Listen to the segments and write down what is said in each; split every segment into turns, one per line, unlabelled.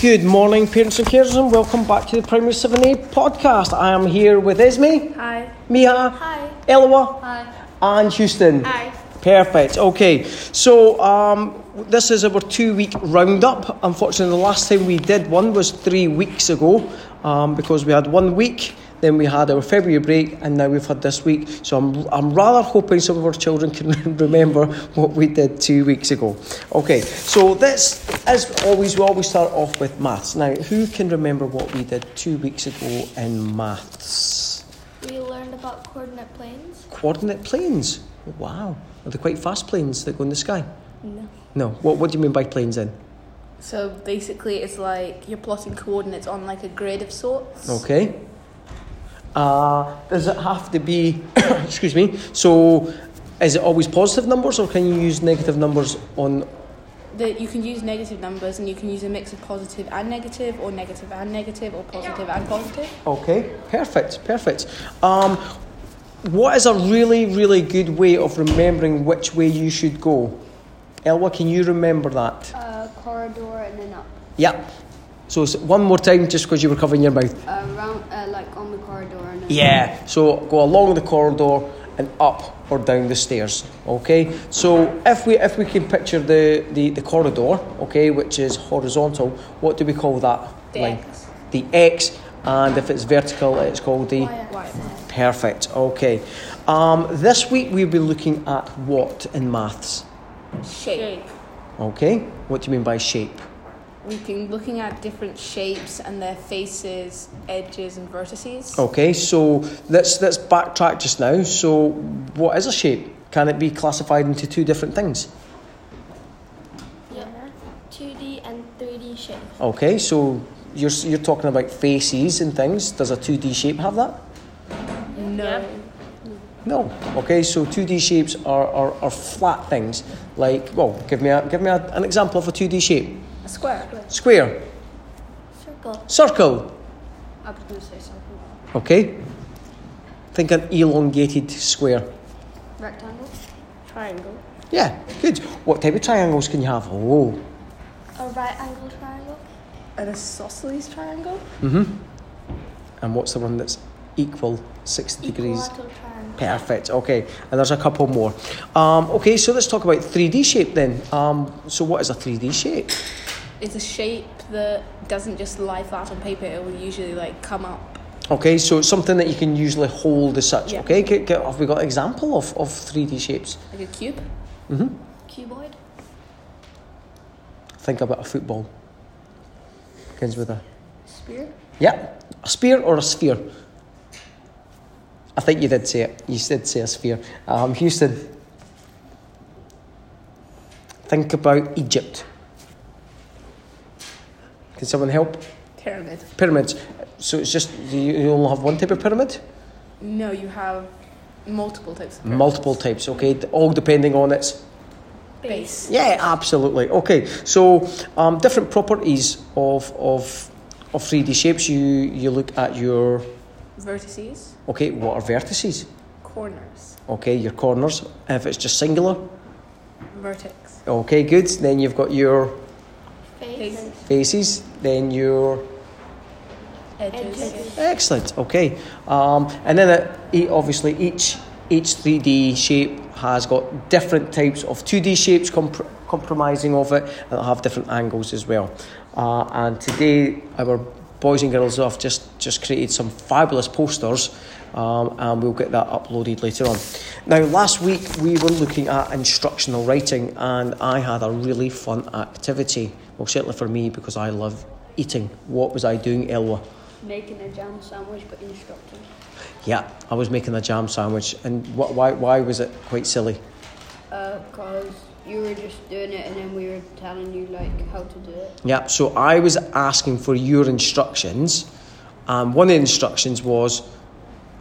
Good morning, parents and carers, and welcome back to the Primary 7A podcast. I am here with Esme,
Hi.
Miha,
Hi.
Elwa,
Hi.
and Houston.
Hi.
Perfect. Okay, so um, this is our two-week roundup. Unfortunately, the last time we did one was three weeks ago, um, because we had one week, then we had our February break, and now we've had this week. So I'm I'm rather hoping some of our children can remember what we did two weeks ago. Okay, so this as always we always start off with maths. Now, who can remember what we did two weeks ago in maths?
We learned about coordinate planes.
coordinate planes. Wow. Are they quite fast planes that go in the sky?
No.
No. What, what do you mean by planes then?
So basically, it's like you're plotting coordinates on like a grid of sorts.
Okay. Uh, does it have to be, excuse me, so is it always positive numbers or can you use negative numbers on?
That you can use negative numbers, and you can use a mix of positive and negative, or negative and negative, or positive and positive.
Okay, perfect, perfect. Um, what is a really, really good way of remembering which way you should go? Elwa, can you remember that?
A corridor and then up.
Yeah. So s- one more time, just because you were covering your mouth.
Around, uh, like on the corridor and then
Yeah, so go along the corridor and up or down the stairs. Okay, so if we if we can picture the the, the corridor, okay, which is horizontal, what do we call that
The
line?
X.
The X, and if it's vertical, it's called the
Why?
perfect. Okay, um, this week we'll be looking at what in maths.
Shape.
Okay, what do you mean by shape?
We've been looking at different shapes and their faces, edges, and vertices.
Okay, so let's let's backtrack just now. So, what is a shape? Can it be classified into two different things?
Yeah. 2D and 3D shape.
Okay, so you're you're talking about faces and things. Does a two D shape have that?
No.
No. Okay, so two D shapes are, are, are flat things. Like, well, give me a, give me a, an example of a two D shape.
A square.
Square,
Circle.
circle.
I was going to say something.
Okay. Think an elongated square.
Rectangle.
Triangle.
Yeah, good. What type of triangles can you have? Oh,
A right angle triangle.
An isosceles triangle.
and what's the one that's equal sixty degrees?
Equilateral triangle.
Perfect. Okay, and there's a couple more. Um, okay, so let's talk about 3D shape then. Um, so what is a 3D shape?
It's a shape that doesn't just lie flat on paper. It will usually like come up.
Okay, so it's something that you can usually hold as such.
Yeah.
Okay, ca- ca- have we got an example of, of 3D shapes?
Like a cube.
Cuboid.
Think about a football. Begins with a.
Spear.
Yeah, a spear or a sphere? I think you did say it. You did say a sphere. Um, Houston. Think about Egypt. Can someone help?
Pyramid.
Pyramids. So it's just you, you only have one type of pyramid.
No, you have multiple types of pyramids.
Multiple types. Okay, d- all depending on its.
base.
Yeah, absolutely. Okay, so um, different properties of of of three D shapes. You you look at your
Vertices,
okay. What are vertices?
corners,
Okay, your corners. If it's just singular,
vertex,
okay, good. Then you've got your
Face.
Face.
faces. Then your
edges.
Edges.
Excellent. Okay, um, and then it, e- obviously each each three D shape has got different types of two D shapes comp- compromising of it, and it'll have different angles as well. Uh, and today, our boys and girls have just just created some fabulous posters, um, and we'll get that uploaded later on. Now, last week we were looking at instructional writing, and I had a really fun activity. Well, certainly for me because I love eating. What was I doing, Elwa?
Making a jam sandwich, but instructed.
Yeah, I was making a jam sandwich, and wh- why, why was it quite silly?
Because Uh, you were just doing it, and then we were telling you like how to do it.
Yeah, so I was asking for your instructions, and one of the instructions was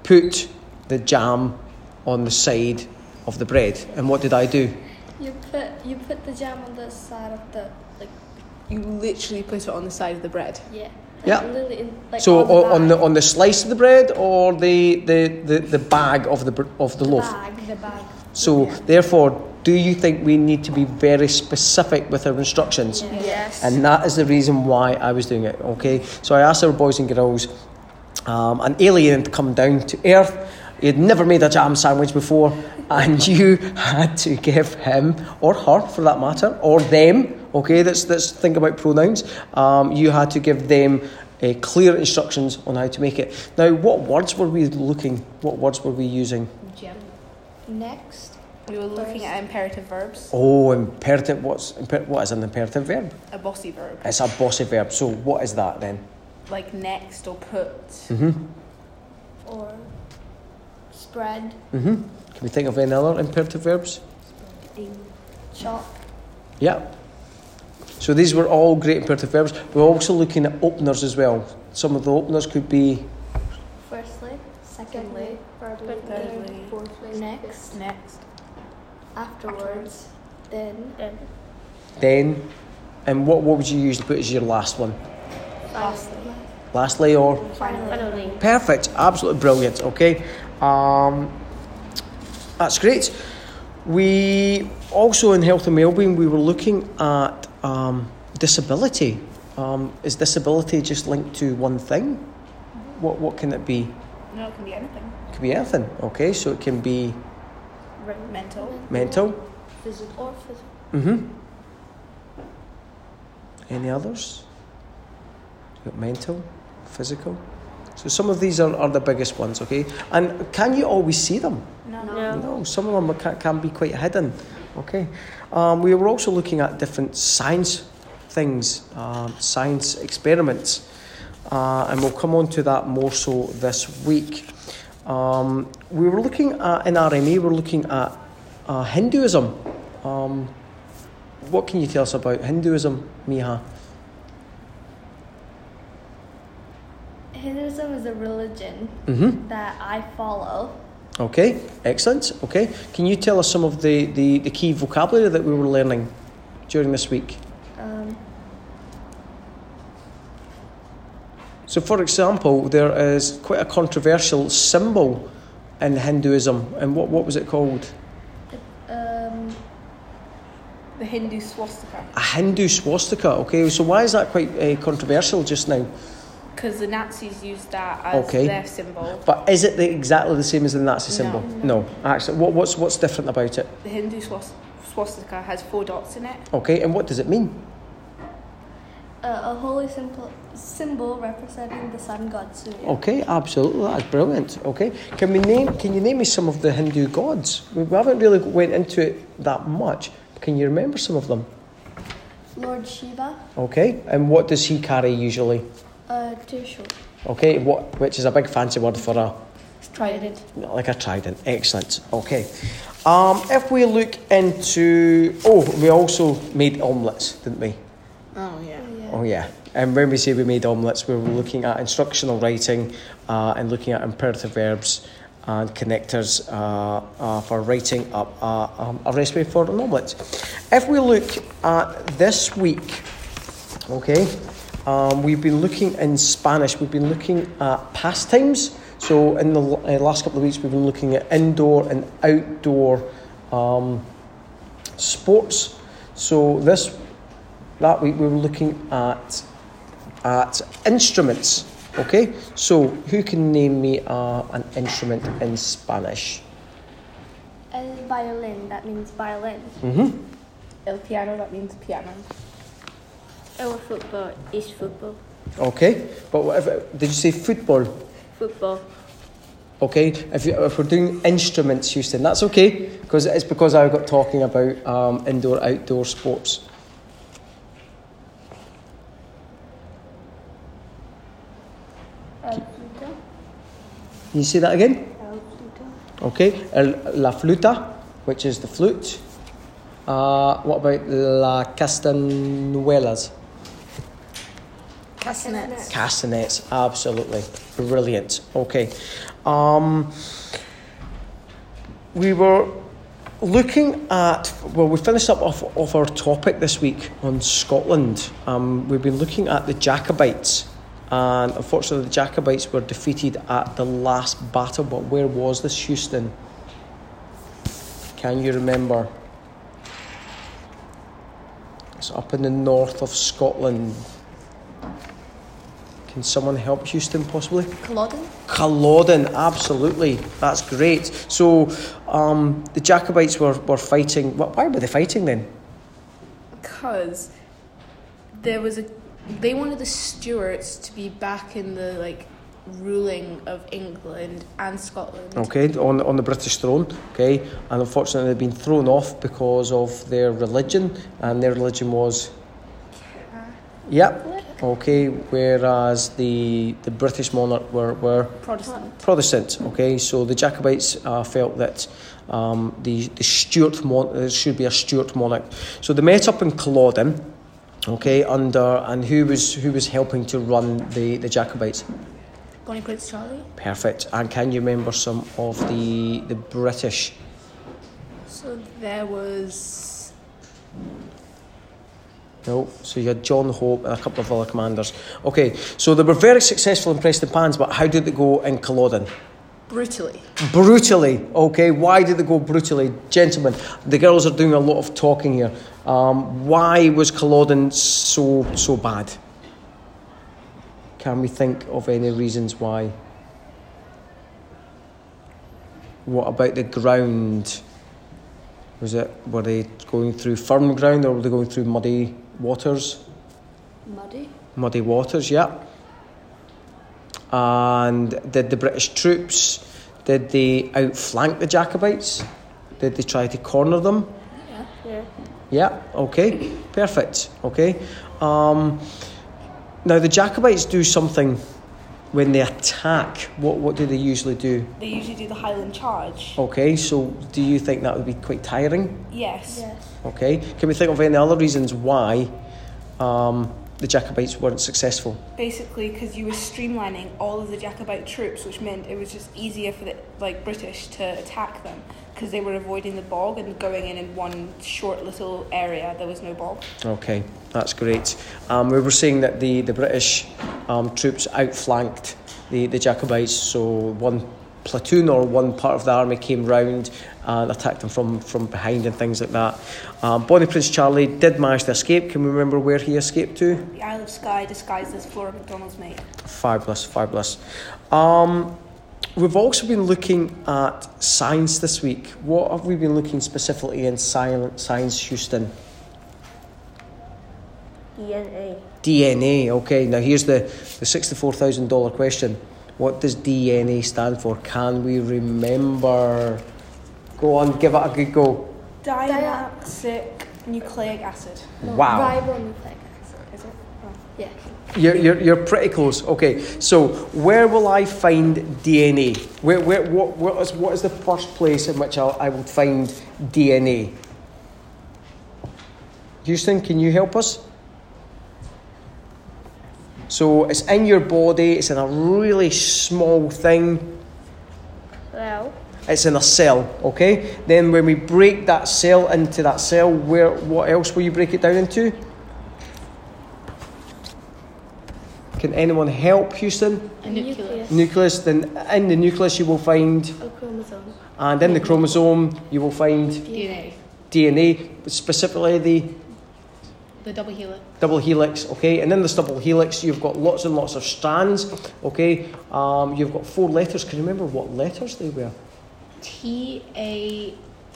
put the jam on the side of the bread. And what did I do?
You put you put the jam on the side of the like
You literally put it on the side of the bread.
yeah. Like
Yeah.
Literally in, like
so
on the,
o- on the
bag.
on the slice of the bread or the the, the, the bag of the br- of the, loaf.
bag. The bag.
So therefore, do you think we need to be very specific with our instructions?
Yes.
And that is the reason why I was doing it, okay? So I asked our boys and girls, um, an alien to come down to Earth. He had never made a jam sandwich before, and you had to give him, or her for that matter, or them, okay? Let's, let's think about pronouns. Um, you had to give them uh, clear instructions on how to make it. Now, what words were we looking, what words were we using?
Gem.
Next.
We were looking at imperative verbs,
Oh, imperative, what's, imper- what is an imperative verb?
a bossy verb,
It's a bossy verb, so what is that then?
like next or put.
Mm-hmm.
Or spread.
hmm Can we think of any other imperative verbs?
Chalk.
Yeah. So these were all great imperative verbs. We're also looking at openers as well. Some of the openers could be
Firstly. Secondly.
Secondly, thirdly,
Thirdly.
fourthly,
Next.
Next.
Afterwards. Then.
Then.
then, and what, what would you usually put as your last one?
Lastly.
Lastly or?
Finally.
Finally.
Perfect. Absolutely brilliant. Okay. Um, that's great. We also in health and wellbeing we were looking at um, disability. Um, is disability just linked to one thing? What what can it be?
No, it can be anything.
It could be anything. Okay, so it can be
Mental.
mental.
Physical.
Or physical.
Mm-hmm. Any others? You've got mental, physical. So some of these are, are the biggest ones, okay? And can you always see them?
No.
No, some of them can, can be quite hidden, okay? Um, we were also looking at different science things, um, science experiments, uh, and we'll come on to that more so this week. Um, we were looking at, in RME, we were looking at uh, Hinduism. Um, what can you tell us about Hinduism, Miha?
Hinduism is a religion
Mm-hmm.
that I follow.
Okay, excellent. Okay, can you tell us some of the, the, the key vocabulary that we were learning during this week?
Um,
So, for example, there is quite a controversial symbol in Hinduism, and what, what was it called?
um,
The Hindu swastika.
A Hindu swastika. Okay, so why is that quite uh, controversial just now?
Because the Nazis used that as
Okay.
their symbol.
But is it the, exactly the same as the Nazi
No.
symbol? No. Actually, what, what's what's different about it?
The Hindu swas- swastika has four dots in it.
Okay, and what does it mean?
a, a holy simple symbol representing the sun god Surya.
Okay, absolutely, that's brilliant. Okay, can we name? Can you name me some of the Hindu gods? We we haven't really went into it that much. Can you remember some of them?
Lord Shiva, uh,
Okay, and what does he carry usually?
a tissue.
Okay, what which is a big fancy word for a
Trident.
like a trident. Excellent. Okay. Um, if we look into oh, we also made omelets, didn't we?
Oh, yeah.
Yeah.
Oh yeah. And when we say we made omelets, we were looking at instructional writing uh, and looking at imperative verbs and connectors uh, uh, for writing up uh, um, a recipe for an omelet. If we look at this week, okay, um, we've been looking in Spanish. We've been looking at pastimes. So in the l- uh, last couple of weeks, we've been looking at indoor and outdoor um, sports. So this that week we were looking at at instruments. Okay, so who can name me uh, an instrument in Spanish?
El violin, that means violin.
Mm-hmm.
El piano, that means piano.
Our football is football.
Okay, but what if, did you say football?
Football.
Okay, if, you, if we're doing instruments, Houston, that's okay because it's because I got talking about um, indoor outdoor sports. Can you say that again? Okay, el- la fluta, which is the flute. Uh, what about la castanuelas?
Castanets.
Castanets, absolutely brilliant. Okay, um, we were looking at well, we finished up off, off our topic this week on Scotland. Um, we've been looking at the Jacobites, and unfortunately, the Jacobites were defeated at the last battle. But where was this, Houston? Can you remember? It's up in the north of Scotland. Can someone help Houston possibly?
Culloden.
Culloden, absolutely. That's great. So um, the Jacobites were, were fighting. wh- Why were they fighting then?
because there was a they wanted the Stuarts to be back in the like ruling of England and Scotland.
Okay, on, on the British throne. Okay, and unfortunately they've been thrown off because of their religion, and their religion was. Yep. Okay. Whereas the the British monarch were were
Protestant.
Protestant. Okay, so the Jacobites uh, felt that um, the the Stuart mon- there should be a Stuart monarch. So they met up in Culloden. Okay, under and who was who was helping to run the the Jacobites?
Bonnie Prince Charlie.
Perfect. And can you remember some of the the British?
So there was
No, so you had John Hope and a couple of other commanders. Okay, so they were very successful in Preston Pans, but how did it go in Culloden?
brutally.
brutally. Okay, why did they go brutally, gentlemen? The girls are doing a lot of talking here. Um, why was Culloden so so bad? Can we think of any reasons why? What about the ground? Was it were they going through firm ground or were they going through muddy waters?
Muddy?
muddy waters, yeah. And did the British troops did they outflank the Jacobites? Did they try to corner them? Yeah. Yeah. Okay. Perfect. Okay. Um, now the Jacobites do something when they attack. What what do they usually do?
They usually do the Highland Charge.
Okay. So do you think that would be quite tiring?
Yes.
Yes.
Okay. Can we think of any other reasons why um, the Jacobites weren't successful?
Basically, because you were streamlining all of the Jacobite troops, which meant it was just easier for the like British to attack them because they were avoiding the bog and going in in one short little area. There was no bog.
Okay, that's great. Um, we were saying that the, the British um, troops outflanked the, the Jacobites, so one platoon or one part of the army came round and attacked them from, from behind and things like that. Um, Bonnie Prince Charlie did manage to escape. Can we remember where he escaped to?
The Isle of Skye disguised as Flora MacDonald's mate.
Fabulous, fabulous. Um, we've also been looking at science this week. What have we been looking specifically in science, science Houston?
DNA.
DNA. Okay, now here's the, the $64,000 question. What does DNA stand for? Can we remember? Go on, give it a good go.
Diaxic nucleic acid.
Wow.
Ribonucleic acid.
Is it? Oh.
Yeah.
You're, you're, you're pretty close. Okay, so where will I find DNA? Where, where, what, what, is, what is the first place in which I'll, I will find DNA? Houston, can you help us? So it's in your body, it's in a really small thing.
Well,
It's in a cell, okay? Then when we break that cell into that cell, where what else will you break it down into? Can anyone help, Houston?
A nucleus.
Nucleus. Then in the nucleus you will find,
A chromosome.
and in the chromosome you will find
DNA.
DNA, specifically the
The double helix.
double helix, okay? And in this double helix, you've got lots and lots of strands, okay? Um, you've got four letters. Can you remember what letters they were?
T A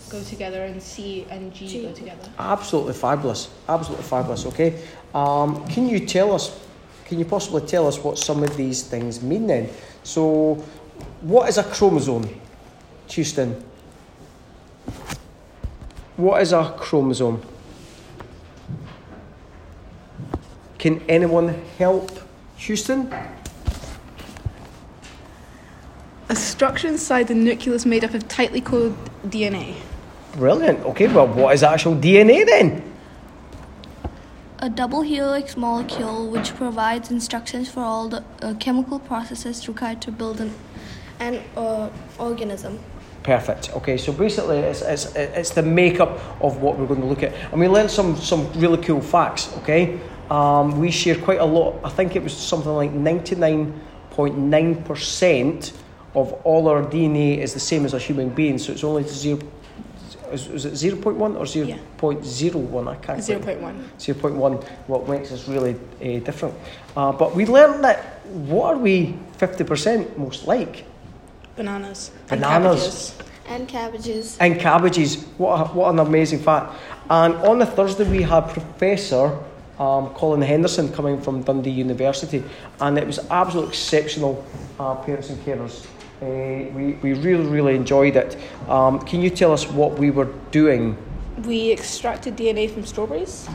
go together and C and G,
G.
go together.
Absolutely fabulous. Absolutely fabulous. Okay. Um, can you tell us? Can you possibly tell us what some of these things mean then? So, what is a chromosome, Houston? What is a chromosome? Can anyone help, Houston?
A structure inside the nucleus made up of tightly coiled DNA.
Brilliant. Okay. Well, what is actual DNA then?
A double helix molecule which provides instructions for all the uh, chemical processes required to build an, an uh, organism.
Perfect. Okay, so basically, it's, it's, it's the makeup of what we're going to look at. And we learned some, some really cool facts, okay? Um, we share quite a lot. I think it was something like 99.9% of all our DNA is the same as a human being, so it's only zero, is, is it 0.1 or 0.01?
Yeah.
I can't
Zero
quite
point one.
0.1 what makes us really uh, different. Uh, but we learned that what are we 50% most like?
Bananas.
Bananas.
and cabbages.
And cabbages. What, a, what an amazing fact. And on the Thursday, we had Professor um, Colin Henderson coming from Dundee University, and it was absolutely exceptional, uh, parents and carers. Uh, we, we really, really enjoyed it. Um, can you tell us what we were doing
And we extracted DNA from strawberries.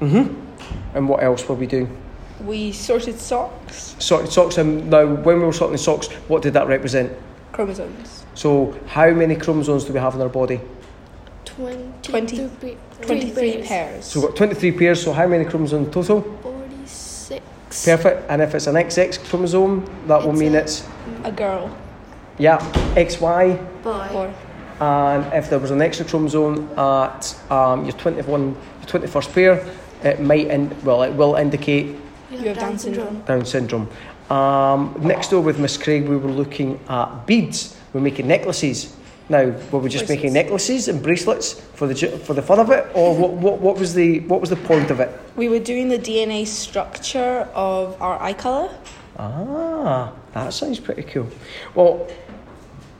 and what else were we doing?
We sorted socks,
So, socks, and now when we were sorting socks, what did that represent?
chromosomes.
So, how many chromosomes do we have in our body?
20
23
Twenty-three
pairs.
pairs.
So, we've got 23 pairs, so how many chromosomes total?
46.
Perfect. And if it's an XX chromosome, that will
It's
mean
a-
it's,
a girl.
yeah, XY.
Boy.
Or
And if there was an extra chromosome at um, your 21, your 21st pair, it might, in, well, it will indicate
you have Down syndrome.
Down syndrome. Um, next door with Miss Craig, we were looking at beads. We were making necklaces. Now, were we just making necklaces and bracelets for the ju- for the fun of it, or what, what, what was the what was the point of it?
We were doing the DNA structure of our eye color.
Ah, that sounds pretty cool. Well,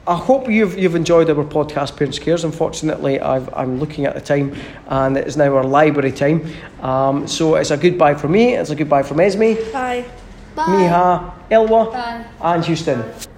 I hope you've, you've enjoyed our podcast, Parents Cares. Unfortunately, I've, I'm looking at the time and it is now our library time. Um, so it's a goodbye from me, it's a goodbye from Esme,
Bye.
Bye.
Miha, Elwa,
Bye.
and Houston.